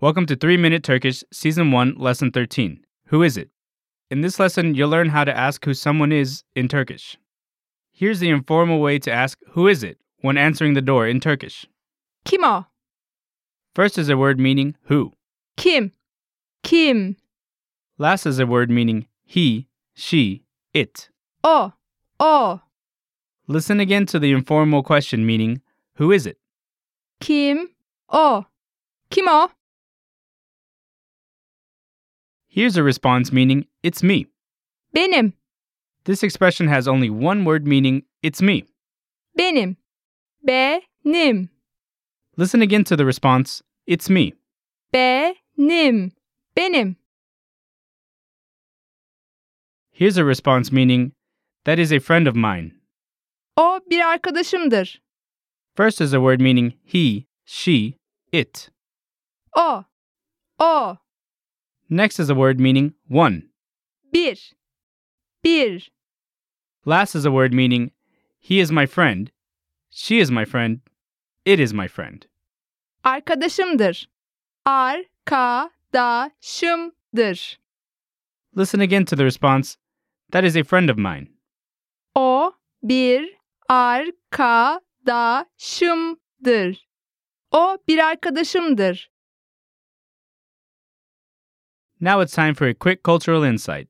Welcome to 3 Minute Turkish, Season 1, Lesson 13. Who is it? In this lesson, you'll learn how to ask who someone is in Turkish. Here's the informal way to ask who is it when answering the door in Turkish. Kim o? First is a word meaning who. Kim. Kim. Last is a word meaning he, she, it. O. O. Listen again to the informal question meaning who is it? Kim o? Kim o? Here's a response meaning it's me. Benim. This expression has only one word meaning it's me. Benim. Benim. Listen again to the response it's me. Benim. Benim. Here's a response meaning that is a friend of mine. O bir arkadaşımdır. First is a word meaning he, she, it. O. O. Next is a word meaning one. Bir. Bir. Last is a word meaning he is my friend, she is my friend, it is my friend. Arkadaşımdır. Arkadaşımdır. Listen again to the response that is a friend of mine. O bir arkadaşımdır. O bir arkadaşımdır. Now it's time for a quick cultural insight.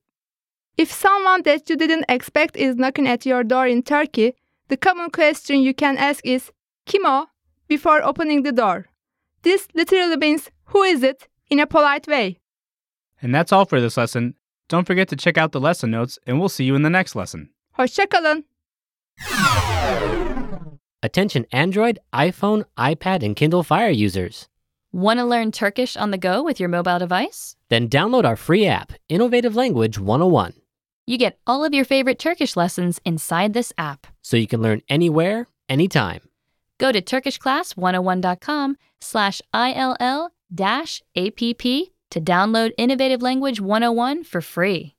If someone that you didn't expect is knocking at your door in Turkey, the common question you can ask is "Kim o?" before opening the door. This literally means "Who is it?" in a polite way. And that's all for this lesson. Don't forget to check out the lesson notes, and we'll see you in the next lesson. Hoşçakalın. Attention Android, iPhone, iPad, and Kindle Fire users. Want to learn Turkish on the go with your mobile device? Then download our free app, Innovative Language 101, You get all of your favorite Turkish lessons inside this app. so you can learn anywhere, anytime. Go to turkishclass101.com slash ILL dash APP to download Innovative Language 101 for free.